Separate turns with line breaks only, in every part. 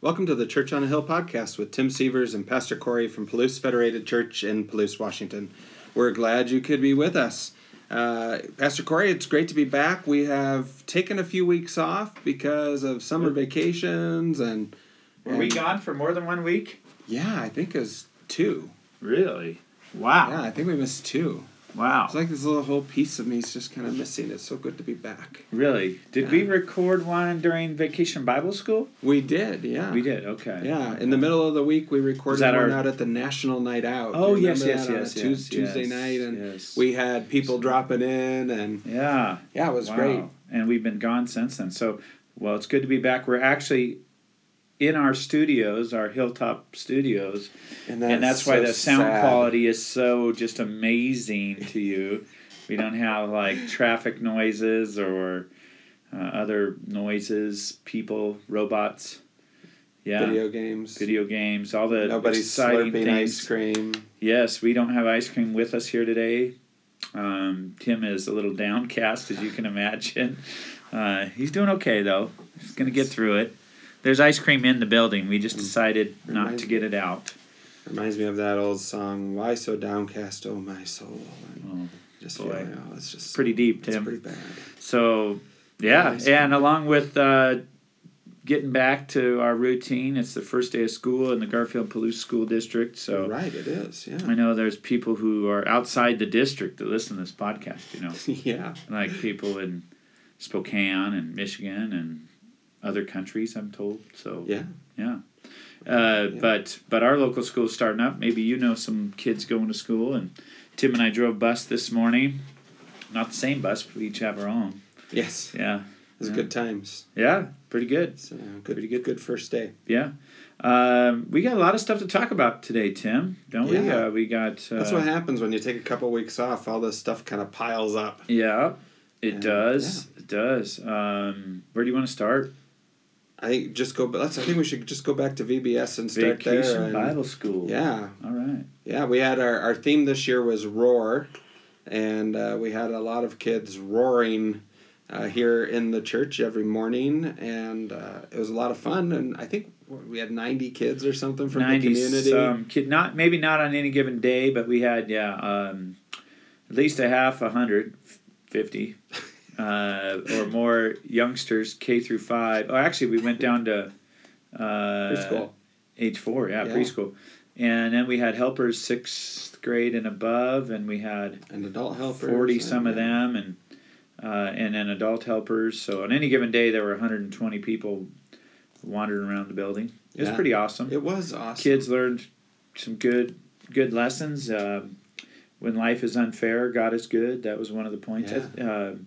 Welcome to the Church on a Hill podcast with Tim Severs and Pastor Corey from Palouse Federated Church in Palouse, Washington. We're glad you could be with us. Uh, Pastor Corey, it's great to be back. We have taken a few weeks off because of summer vacations and.
Were we gone for more than one week?
Yeah, I think it was two.
Really? Wow.
Yeah, I think we missed two.
Wow.
It's like this little whole piece of me is just kind of missing. It's so good to be back.
Really? Did we record one during Vacation Bible School?
We did, yeah.
We did. Okay.
Yeah, in the middle of the week we recorded
Was that
one
our-
out at the National Night Out. Do
Oh
you
yes,
remember
yes,
that on a
yes, yes,
Tues- Tuesday
yes,
night, and
yes.
we had people dropping in, and
yeah.
yeah, it was great.
And we've been gone since then. So, well, it's good to be back. We're actually in our studios, our hilltop studios, and that's why
so
the sound
sad.
quality is so just amazing to you. we don't have like traffic noises or uh, other noises, people, robots. Yeah.
video games.
video games, all the
Nobody's
exciting
slurping
things.
ice cream.
Yes, we don't have ice cream with us here today. Um, Tim is a little downcast, as you can imagine. Uh, he's doing okay though. He's gonna get through it. There's ice cream in the building. We
Mm.
just decided not to get it out.
Reminds me of that old song, "Why So Downcast, Oh My Soul." And
Oh,
just
boy.
feeling, oh, it's just
Pretty deep,
It's
Tim.
pretty bad.
So, yeah,
Nice.
and along with uh, getting back to our routine, it's the first day of school in the Garfield Palouse School District. So.
Right, it is. Yeah.
I know there's people who are outside the district that listen to this podcast, you know,
yeah.
like people in Spokane and Michigan and other countries, I'm told. So,
Yeah.
yeah. Uh,
Yeah.
But but our local school's starting up. Maybe you know some kids going to school. And Tim and I drove bus this morning. Not the same bus, but we each have our own.
Yes.
Yeah.
It was
Yeah.
good times.
Yeah. Pretty good.
So good, good, good first day.
Yeah. Um, we got a lot of stuff to talk about today, Tim, don't we?
Yeah.
Uh, we got. Uh,
That's what happens when you take a couple weeks off. All this stuff kind of piles up.
Yeah, it
And,
does. It does. Um, where do you want to start?
I think just go. Let's. I think we should just go back to VBS and start there.
Vacation
and-
Bible School.
Yeah,
All right.
yeah. We had our our theme this year was roar, and uh, we had a lot of kids roaring uh, here in the church every morning, and uh, it was a lot of fun. And I think we had ninety kids or something from the
90
community.
some um, kid, not maybe not on any given day, but we had yeah, um, at least a half, a hundred, fifty, uh, or more youngsters K through five. Oh, actually, we went down to uh,
Preschool.
age four, yeah,
Yeah.
preschool, and then we had helpers sixth grade and above, and we had
and adult helpers.
forty
and-
some of them, and uh, and then adult helpers. So on any given day, there were one hundred and twenty people wandering around the building. It was
Yeah.
pretty awesome.
It was awesome.
Kids learned some good good lessons. Um when life is unfair, God is good. That was one of the points. Um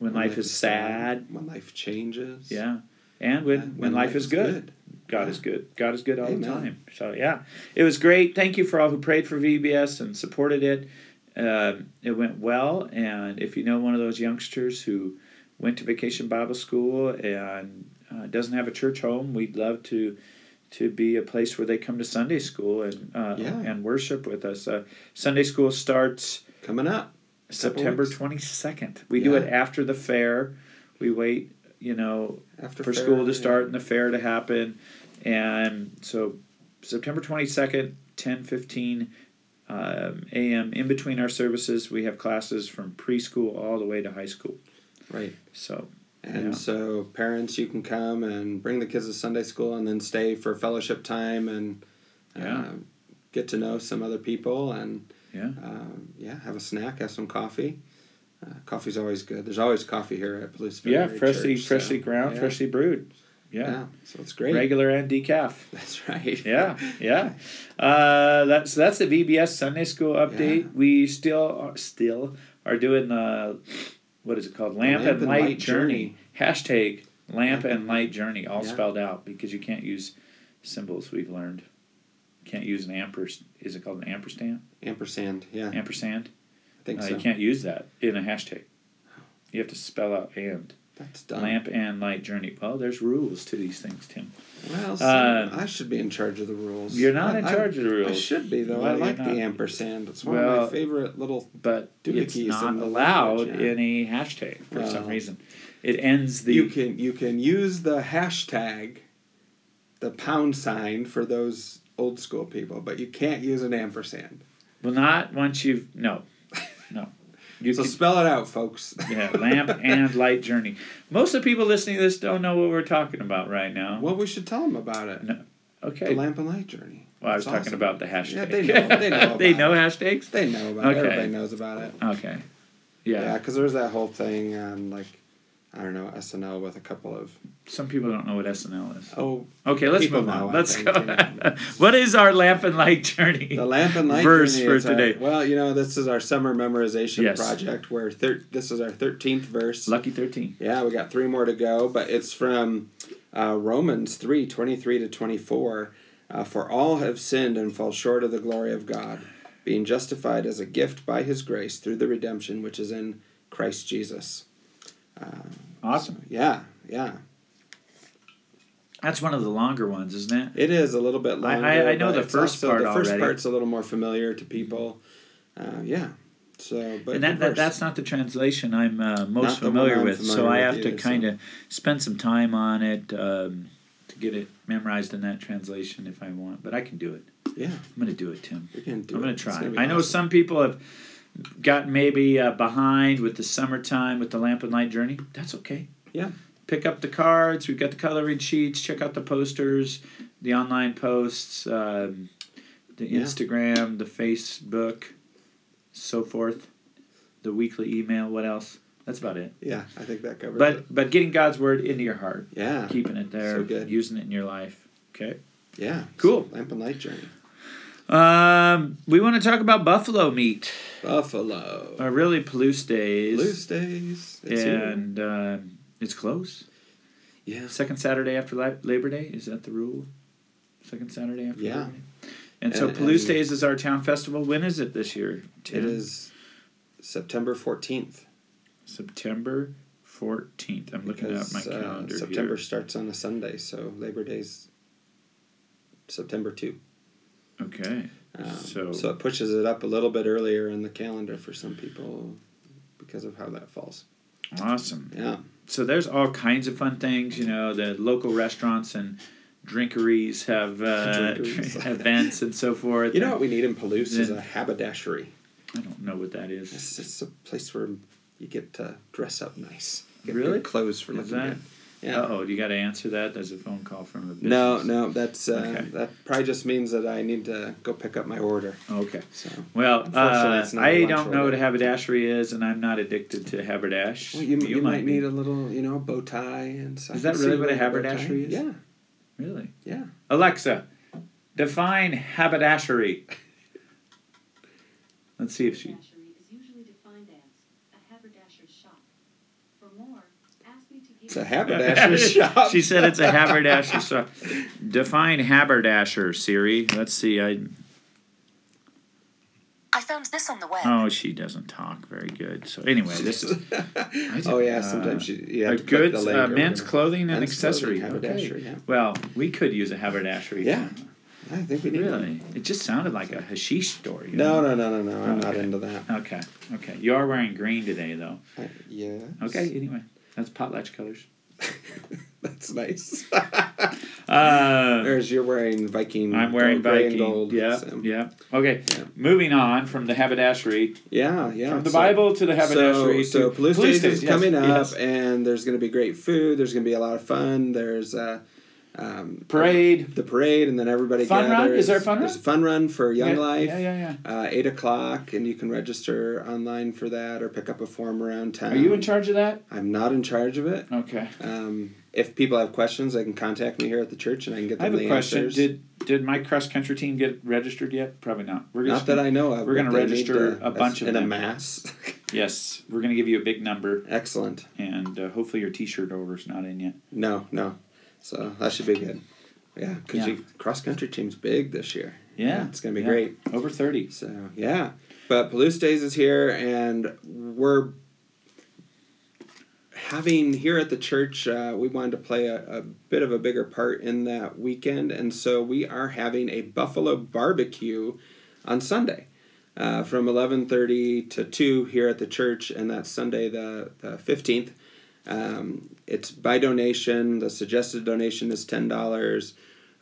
when, life, is sad,
When life changes.
yeah. And when, when, life, is good, God is good. God is good all the
Amen.
time. So yeah, it was great. Thank you for all who prayed for VBS and supported it. Um, it went well, and if you know one of those youngsters who went to Vacation Bible School and uh, doesn't have a church home, we'd love to to be a place where they come to Sunday school and uh,
Yeah.
and worship with us. Uh, Sunday school starts
Coming up.
September
weeks.
twenty second. We do
Yeah.
it after the fair. We wait, you know,
after
for
fair,
school to
yeah.
start and the fair to happen. And so September 22nd, 10 15 um, a.m. In between our services, we have classes from preschool all the way to high school.
Right.
So,
And
Yeah.
so, parents, you can come and bring the kids to Sunday school and then stay for fellowship time and
Yeah.
uh, get to know some other people and
yeah.
um, yeah, have a snack, have some coffee. Uh, coffee's always good. There's always coffee here at Police
Yeah, freshly, freshly ground,
yeah.
freshly brewed.
Yeah.
Yeah.
so it's Ah, great.
Regular and decaf.
That's right.
Yeah, yeah. Uh, that's that's the VBS Sunday School update.
Yeah.
We still are, still are doing the what is it called? Lamp, and, light, journey. Hashtag lamp and light journey, all
Yeah.
spelled out because you can't use symbols. We've learned can't use an ampersand. Is it called an ampersand?
Ampersand. Yeah,
Ampersand.
I think
Uh,
so.
You can't use that in a hashtag. You have to spell out and
That's done.
lamp and light journey. Well, there's rules to these things, Tim.
Well, so
Uh,
I should be in charge of the rules.
You're not
I-
in
I-
charge of the rules.
I should be though.
Well,
I
you're
like
not.
the ampersand. It's one of
Well-
my favorite little.
but it's
Doohickeys
not
in the
allowed
language, yeah.
in a hashtag for some
Well.
reason. It ends the
you can you can use the hashtag the pound sign for those old school people, but you can't use an ampersand.
Well, not once you've no, no. You
So
could-
spell it out, folks.
yeah, lamp and light journey. Most of the people listening to this don't know what we're talking about right now.
Well, we should tell them about it.
No,
The
Okay. Well,
lamp and light journey.
I was
It's
talking
awesome.
about the hashtag.
Yeah, they know. They know.
They
about
know
It.
hashtags.
They know about
Okay.
it. Everybody knows about it.
Okay.
Yeah,
Yeah.
because there was that whole thing on like, I don't know, SNL with a couple of
Some people don't know what SNL is.
oh,
Okay, let's
People
move
know,
on.
I
Let's
think,
go.
you know.
what is our lamp and light journey?
the lamp and light
Verse
journey
for
is our-
today.
well, you know, this is our summer memorization
Yes.
project where thir- this is our thirteenth verse.
Lucky thirteen.
Yeah, we got three more to go, but it's from uh, Romans 3 23 to 24. Uh, For all have sinned and fall short of the glory of God, being justified as a gift by his grace through the redemption which is in Christ Jesus.
Awesome.
Yeah, yeah.
That's one of the longer ones, isn't it?
It is a little bit
I-
longer.
I know
but
the
it's
first
also-
part
The first
already.
part's a little more familiar to people. Uh, yeah. So, but
and that,
good
that,
verse.
that's not the translation I'm
Not
uh, most
the one
familiar
I'm
with, so
familiar
I
with
have to
either, so-
kind of spend some time on it um, to get it memorized in that translation if I want. But I can do it.
yeah.
I'm gonna do it, Tim.
We can do
I'm
it.
gonna
It's
try.
gonna be
I know
awesome.
some people have gotten maybe uh, behind with the summertime with the lamp and light journey. That's okay.
Yeah.
Pick up the cards. We've got the coloring sheets. Check out the posters, the online posts, um, the
Yeah.
Instagram, the Facebook, so forth. The weekly email. What else? That's about it.
Yeah. I think that covers it.
But but getting God's word into your heart,
Yeah.
keeping it there,
So good.
using it in your life. Okay.
Yeah.
Cool.
Lamp and light journey.
Um, we want to talk about buffalo meat.
Buffalo.
are really Palouse days.
Loose days. It's here.
and um, it's close.
Yeah.
Second Saturday after Lab- Labor Day is that the rule? Second Saturday after
Yeah.
Labor Day. And so
And-
Palouse
and-
Days is our town festival. When is it this year?
It
Tim?
is September 14th.
September fourteenth. I'm looking at
Because
my
uh,
calendar
September
here.
starts on a Sunday, so Labor Day's September 2.
Okay.
Um,
So-
so, it pushes it up a little bit earlier in the calendar for some people because of how that falls.
Awesome.
Yeah.
so there's all kinds of fun things. You know, the local restaurants and drinkeries have uh,
Drinkeries.
events and so forth.
You know what we need in Palouse is
Then-
a haberdashery.
I don't know what that is.
It's, it's a place where you get to dress up nice. Get
Really?
good clothes for
Is
looking
that-
good. Yeah.
Oh, you got to answer that. There's a phone call from a business.
No, no, that's uh,
Okay.
that probably just means that I need to go pick up my order.
Okay.
So
Well,
Unfortunately,
uh,
it's not
I
a lunch
don't know what
order.
a haberdashery is, and I'm not addicted to haberdash.
well, you, you, might need a little, you know, bow tie and. So I
Is
can
that
see
really what a
bow tie-
haberdashery is?
Yeah,
really.
yeah.
Alexa, define haberdashery. Let's see if she.
Haberdashery is usually defined as a haberdasher's shop. For more, ask me to give
It's a
you-
haberdasher's shop.
she said it's a haberdasher shop. Define haberdasher, Siri. Let's see. I
I found this on the web.
oh, she doesn't talk very good. So anyway, this is
oh yeah,
uh,
sometimes you, you have
a
to click
good
the
uh,
link or
men's
whatever.
clothing and
Men's
accessory.
clothing,
okay.
haberdashery, yeah.
Well, we could use a haberdashery.
Yeah, I think we need. Really?
Really? It just sounded like a hashish store. you
No,
know?
no, no, no, no. I'm not
Okay.
into that.
Okay, okay. You are wearing green today, though.
I, yeah.
Okay, anyway. That's potlatch colors.
That's nice.
Uh,
Whereas you're wearing Viking.
I'm
Mm. gold,
wearing
gray and
Viking.
gold.
yeah,
so-
yeah. Okay,
Yeah.
moving on from the haberdashery,
yeah, yeah.
from the
so-
Bible to the haberdashery.
So, so
to
Palouse Days is
yes,
coming up,
yes.
and there's going to be great food. There's going to be a lot of fun. There's uh, um,
Parade.
the parade, and then everybody
Fun
gathers.
run? Is there a fun
There's
run?
a fun run for Young
yeah,
Life.
Yeah, yeah, yeah.
Uh, eight o'clock, and you can register online for that, or pick up a form around town.
Are you in charge of that?
I'm not in charge of it.
Okay.
Um, if people have questions, they can contact me here at the church, and I can get
I
them
have
the
a question.
answers.
Did did my cross country team get registered yet? Probably not. We're
not that I know of. but
we're gonna
they need
register
to-
a bunch of
in a
them.
mass.
Yes, we're gonna give you a big number,
Excellent.
and uh, hopefully your T-shirt order's not in yet.
No, no. So that should be good. Yeah, because
Yeah.
your cross country team's big this year.
Yeah,
it's gonna be
yeah.
great.
Over thirty.
So yeah, but Palouse Days is here, and we're having here at the church. Uh, we wanted to play a, a bit of a bigger part in that weekend, and so we are having a buffalo barbecue on Sunday. Uh, from 11.30 to 2 here at the church and that's sunday the, the 15th um, it's by donation the suggested donation is $10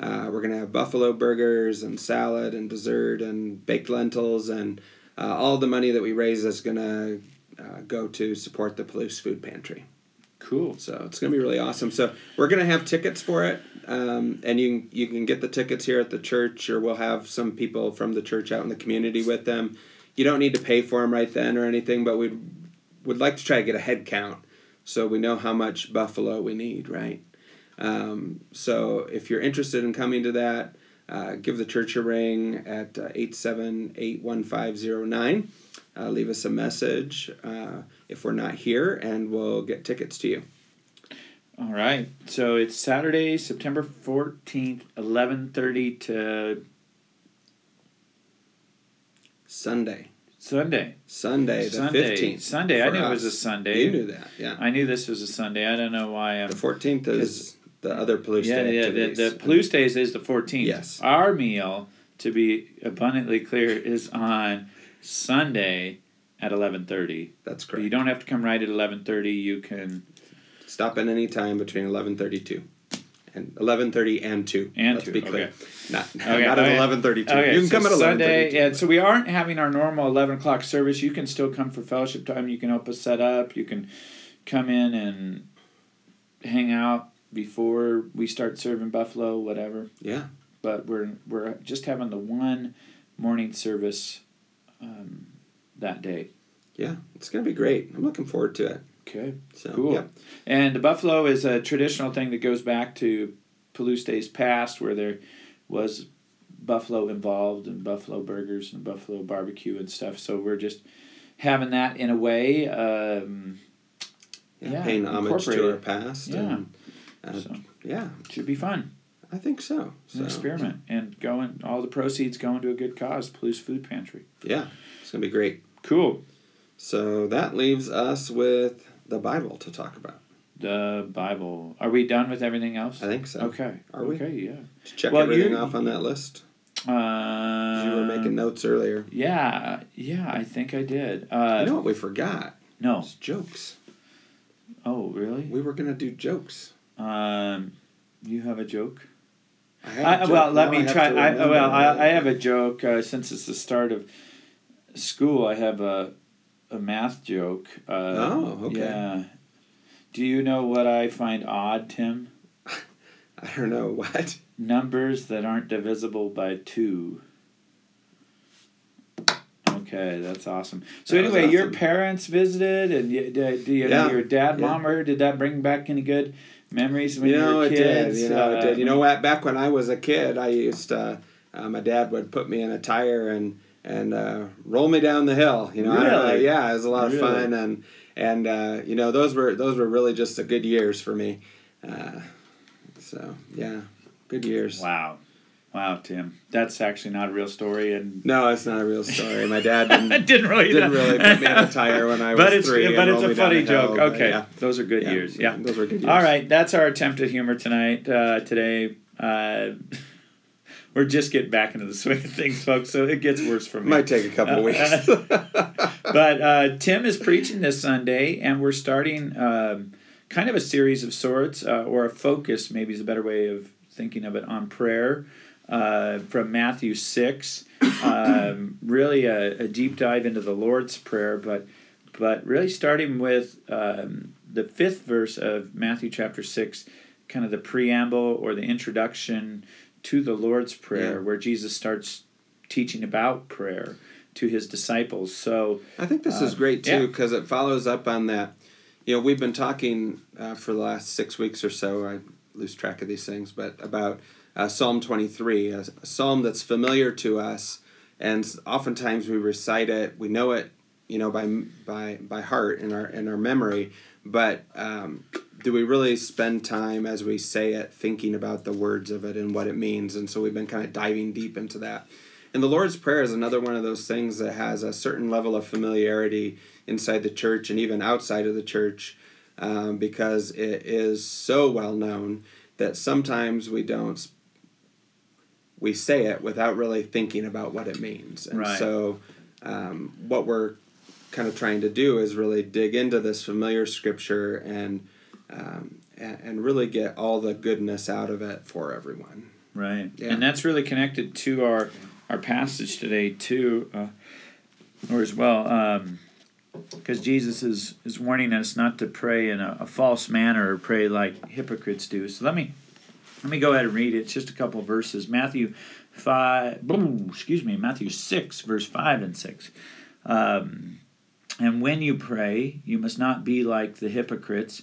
Uh, we're going to have buffalo burgers and salad and dessert and baked lentils, and uh, all the money that we raise is going to uh, go to support the Palouse Food Pantry.
Cool.
So it's going to be really awesome. So we're going to have tickets for it, um, and you can, you can get the tickets here at the church, or we'll have some people from the church out in the community with them. You don't need to pay for them right then or anything, but we would like to try to get a head count so we know how much buffalo we need, right? Um, so if you're interested in coming to that, uh, give the church a ring at uh, eight seven eight one five zero nine. Uh, Leave us a message uh, if we're not here, and we'll get tickets to you.
All right. So it's Saturday, September 14th, 11:30 to
Sunday,
Sunday.
Sunday the
Sunday.
fifteenth.
Sunday. I knew it was a Sunday.
You knew that, yeah.
I knew this was a Sunday. I don't know why I'm
The fourteenth is the other police
Yeah,
day.
yeah. The,
activities.
the Palouse Days is the 14th.
Yes.
Our meal, to be abundantly clear, is on Sunday at 11:30.
That's
But You
correct.
don't have to come right at 11:30. You can
Stop at any time between eleven thirty two. And eleven thirty and two.
And
Let's
2,
be clear.
okay.
Not,
Okay,
not at
okay.
eleven thirty two.
Okay,
you can
so
come at eleven
Sunday,
thirty two.
yeah. So we aren't having our normal eleven o'clock service. You can still come for fellowship time. You can help us set up. You can come in and hang out before we start serving buffalo, whatever.
Yeah.
But we're we're just having the one morning service um, that day.
Yeah. It's gonna be great. I'm looking forward to it.
Okay,
So
cool.
yeah.
And the buffalo is a traditional thing that goes back to Palouse days past, where there was buffalo involved and buffalo burgers and buffalo barbecue and stuff. So we're just having that in a way. Um,
Yeah,
Yeah,
paying homage to
incorporate
our
it.
past.
Yeah.
And, uh,
so
yeah,
should be fun,
I think so.
It's
so
an experiment, and going all the proceeds going to a good cause, Palouse Food Pantry.
Yeah, it's gonna be great.
Cool.
So that leaves us with the Bible to talk about.
The Bible. Are we done with everything else?
I think so.
Okay.
Are we?
Okay. Yeah.
To check
Well,
everything
you-
off on that list.
Um,
you were making notes earlier.
Yeah. Yeah. I think I did.
You
Uh,
know what we forgot?
no.
It's jokes.
Oh, really?
We were gonna do jokes.
Um, you have a joke?
I have a
I,
joke.
well, let
Now
me
have
try.
to
I,
remember
well,
that.
I, I have a joke. Uh, since it's the start of school, I have a a math joke. Uh,
Oh, okay.
Yeah. Do you know what I find odd, Tim?
I don't know what.
Numbers that aren't divisible by two. Okay, that's awesome. So
That was
anyway, your
awesome.
parents visited, and you, do, do you
Yeah,
your dad,
yeah.
mom, or did that bring back any good memories when
you
you,
know
were
it
kids?
did. You know
Uh,
it did. You know what? Back when I was a kid, I used to. Uh, my dad would put me in a tire and and uh, roll me down the hill. You know, I don't know.
Really?
yeah, it was a lot of
Really?
fun and and uh, you know those were those were really just the good years for me. Uh, so yeah, good years.
Wow. Wow, Tim. That's actually not a real story and
No, it's not a real story. My dad didn't,
didn't really
didn't really put me in a tire when I was
But it's
three. and
but it's
roll me
a
down
funny
the hill,
joke.
but
okay.
yeah.
Those are good years. Yeah.
Those were good years.
All right, that's our attempt at humor tonight. Uh, today uh, we're just getting back into the swing of things, folks, so it gets worse for me. Uh,
Might take a couple weeks.
but uh, Tim is preaching this Sunday, and we're starting um, kind of a series of sorts, uh, or a focus, maybe is a better way of thinking of it, on prayer uh, from Matthew 6. Um, really a, a deep dive into the Lord's Prayer, but, but really starting with um, the fifth verse of Matthew chapter 6, kind of the preamble or the introduction to the Lord's Prayer,
Yeah.
where Jesus starts teaching about prayer to his disciples. So,
I think this is
Um,
great
yeah.
too because it follows up on that. You know, we've been talking uh, for the last six weeks or so. I lose track of these things, but about uh, Psalm 23, a, a psalm that's familiar to us, and s- oftentimes we recite it. We know it, you know, by m- by by heart in our in our memory. But um, do we really spend time as we say it, thinking about the words of it and what it means? And so we've been kind of diving deep into that. And the Lord's Prayer is another one of those things that has a certain level of familiarity inside the church and even outside of the church um, because it is so well known that sometimes we don't, we say it without really thinking about what it means. And
Right.
so um, what we're kind of trying to do is really dig into this familiar scripture and um, a- and really get all the goodness out of it for everyone.
Right.
Yeah.
And that's really connected to our our passage today too, uh, or as well, because Jesus is is warning us not to pray in a, a false manner or pray like hypocrites do. So let me let me go ahead and read it. It's just a couple of verses. Matthew five, boom, excuse me, Matthew six, verse five and six. Um, and when you pray, you must not be like the hypocrites,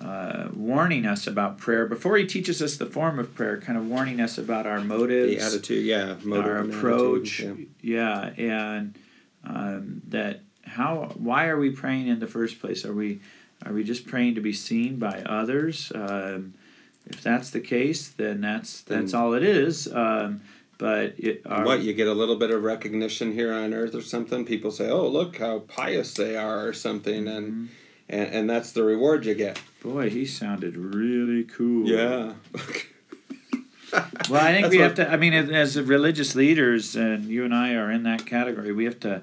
uh, warning us about prayer before he teaches us the form of prayer, kind of warning us about our motives
The attitude, yeah, motive
our
and attitude,
approach
yeah.
yeah. and um, that how why are we praying in the first place are we are we just praying to be seen by others um, if that's the case then that's that's
Then-
all it is um, but it
And
are,
what you get a little bit of recognition here on earth or something people say oh look how pious they are or something
Mm-hmm.
and and, and that's the reward you get
boy he sounded really cool well i think
That's
we
what-
have to i mean as- as religious leaders and you and i are in that category we have to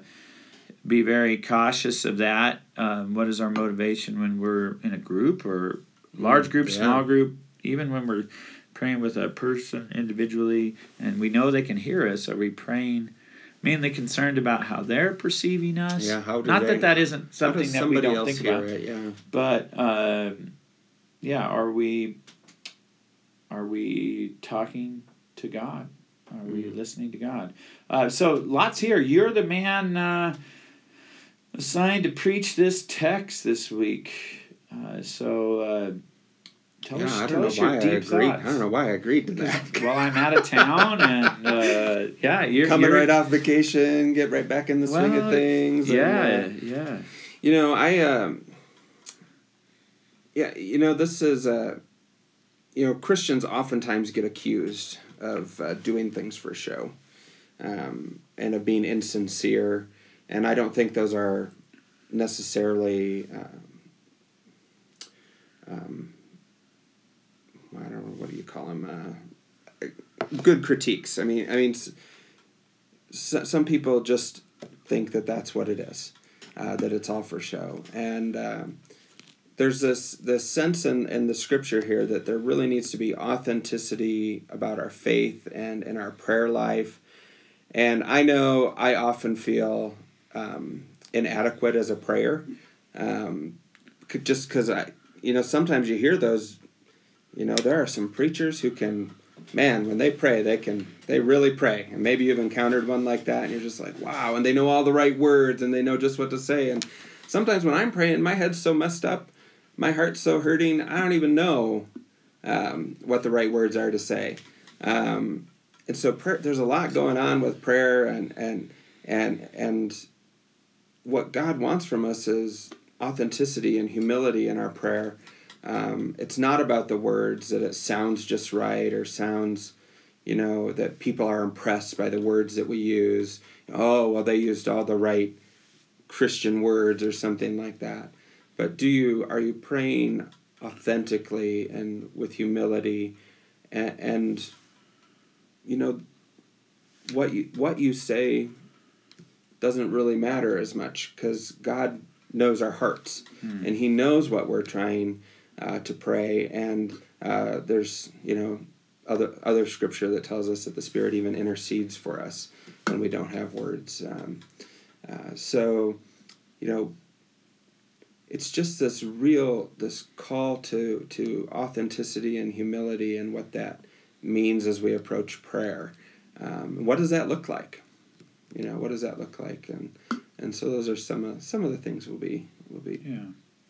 be very cautious of that um, what is our motivation when we're in a group or large group
Yeah.
small group even when we're praying with a person individually and we know they can hear us are we praying mainly concerned about how they're perceiving us
Yeah, how do
not
they-
that that isn't something that we
somebody
don't
else
think
hear
about
it yeah
but um yeah, are we are we talking to God? Are we
Mm-hmm.
listening to God? Uh, so lots here. You're the man uh, assigned to preach this text this week. Uh, so uh, tell
yeah
us,
i
tell
don't know
us your
why i
deep
agreed
thoughts.
i don't know why i agreed to that
Well, I'm out of town, and uh, yeah, you're
coming
you're,
right off vacation get right back in the swing
Well,
of things and,
Yeah,
uh,
yeah.
You know, I um yeah, you know, this is uh you know, Christians oftentimes get accused of uh, doing things for show um, and of being insincere, and I don't think those are necessarily um, um, I don't know what do you call them uh, good critiques. I mean, I mean, s- s- some people just think that that's what it is uh, that it's all for show. And um, there's this this sense in, in the scripture here that there really needs to be authenticity about our faith and in our prayer life. And I know I often feel um, inadequate as a prayer, um, c- just because I, you know, sometimes you hear those, you know, there are some preachers who can, man, when they pray, they can, they really pray. And maybe you've encountered one like that, and you're just like, wow, and they know all the right words, and they know just what to say. And sometimes when I'm praying, my head's so messed up, my heart's so hurting, I don't even know um, what the right words are to say. Um, and so prayer, there's a lot going on with prayer, and and and and what God wants from us is authenticity and humility in our prayer. Um, it's not about the words that it sounds just right or sounds, you know, that people are impressed by the words that we use. Oh, well, they used all the right Christian words or something like that. But do you are you praying authentically and with humility, and, and you know what you what you say doesn't really matter as much because God knows our hearts and He knows what we're trying uh, to pray. And uh, there's you know other other scripture that tells us that the Spirit even intercedes for us when we don't have words. Um, uh, so you know it's just this real this call to to authenticity and humility and what that means as we approach prayer. Um, what does that look like? you know what does that look like and and so those are some of some of the things we'll be we'll be
Yeah.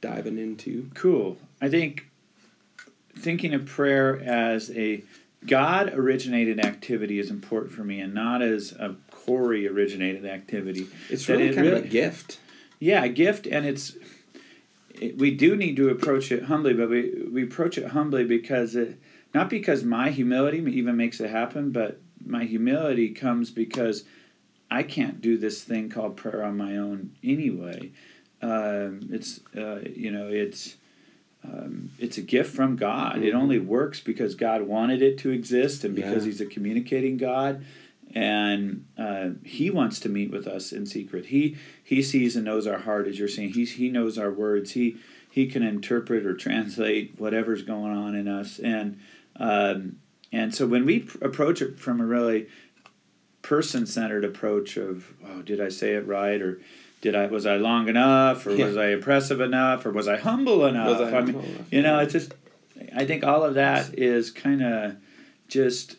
diving into
Cool. I think thinking of prayer as a God originated activity is important for me and not as a Corey originated activity.
it's
That
really
it
kind of
really-
a gift
Yeah, a gift, and it's it, we do need to approach it humbly, but we, we approach it humbly because it Not because my humility even makes it happen, but my humility comes because I can't do this thing called prayer on my own anyway. Um, it's uh, you know it's um, it's a gift from God. It only works because God wanted it to exist and because
Yeah.
He's a communicating God, and uh, He wants to meet with us in secret. He He sees and knows our heart, as you're saying. He He knows our words. He He can interpret or translate whatever's going on in us, and um, and so when we pr- approach it from a really person-centered approach of oh did i say it right or did i was i long enough or
Yeah.
was i impressive enough or was i humble enough
Was I
mean,
humble enough?
you know it's just i think all of that is kind of just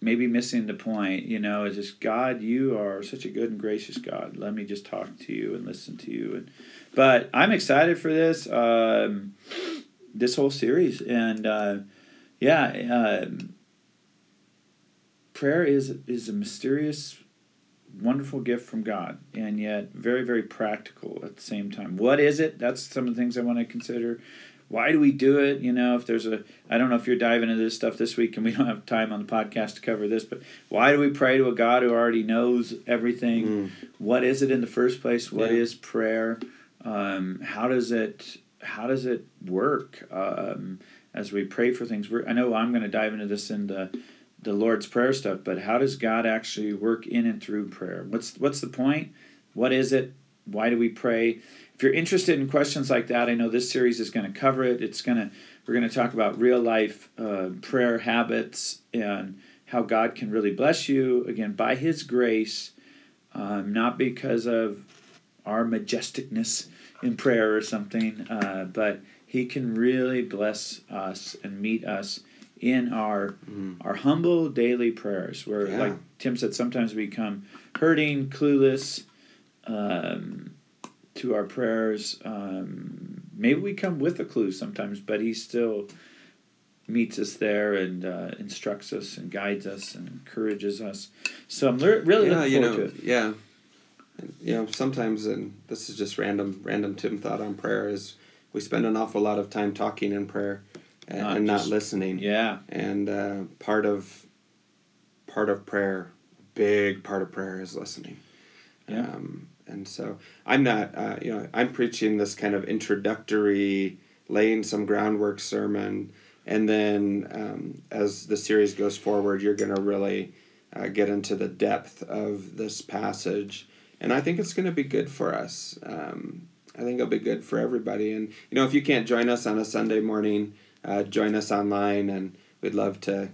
maybe missing the point you know it's just god you are such a good and gracious god let me just talk to you and listen to you and but i'm excited for this um, this whole series and uh, yeah um, prayer is is a mysterious wonderful gift from god and yet very very practical at the same time what is it that's some of the things i want to consider why do we do it you know if there's a i don't know if you're diving into this stuff this week and we don't have time on the podcast to cover this but why do we pray to a god who already knows everything
Mm,
what is it in the first place What is
Yeah.
prayer um, how does it how does it work um, as we pray for things We're, i know i'm going to dive into this in the the Lord's prayer stuff, but how does God actually work in and through prayer? What's what's the point? What is it? Why do we pray? If you're interested in questions like that, I know this series is going to cover it. It's going to we're going to talk about real life uh, prayer habits and how God can really bless you again by His grace, um, not because of our majesticness in prayer or something, uh, but He can really bless us and meet us in our
mm.
our humble daily prayers, where
Yeah.
like Tim said, sometimes we come hurting, clueless um, to our prayers. Um, maybe we come with a clue sometimes, but He still meets us there and uh, instructs us and guides us and encourages us. So I'm lear- really
yeah,
looking
you
forward to
know,
it.
yeah. You know, sometimes, and this is just random, random Tim thought on prayer is we spend an awful lot of time talking in prayer and
Not
not, and not
just-
listening.
Yeah.
And uh, part of part of prayer, big part of prayer is listening.
Yeah.
Um, and so I'm not, uh, you know, I'm preaching this kind of introductory, laying some groundwork sermon. And then um, as the series goes forward, you're going to really uh, get into the depth of this passage. And I think it's going to be good for us. Um, I think it'll be good for everybody. And, you know, if you can't join us on a Sunday morning, uh, join us online, and we'd love to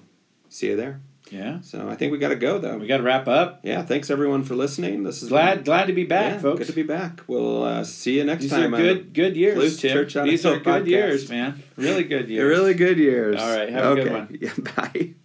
see you there.
Yeah.
So I think we got to go, though.
We got to wrap up.
Yeah, thanks everyone for listening. This is
Glad glad to be back,
yeah,
folks.
Good to be back. We'll uh, see you next
These are
time. on
good good years,
Blues
Tim.
Church on a
These are
Hill
good
podcast.
years, man. Really good years.
Really good years.
All right, have a good
Okay.
one.
Yeah, bye.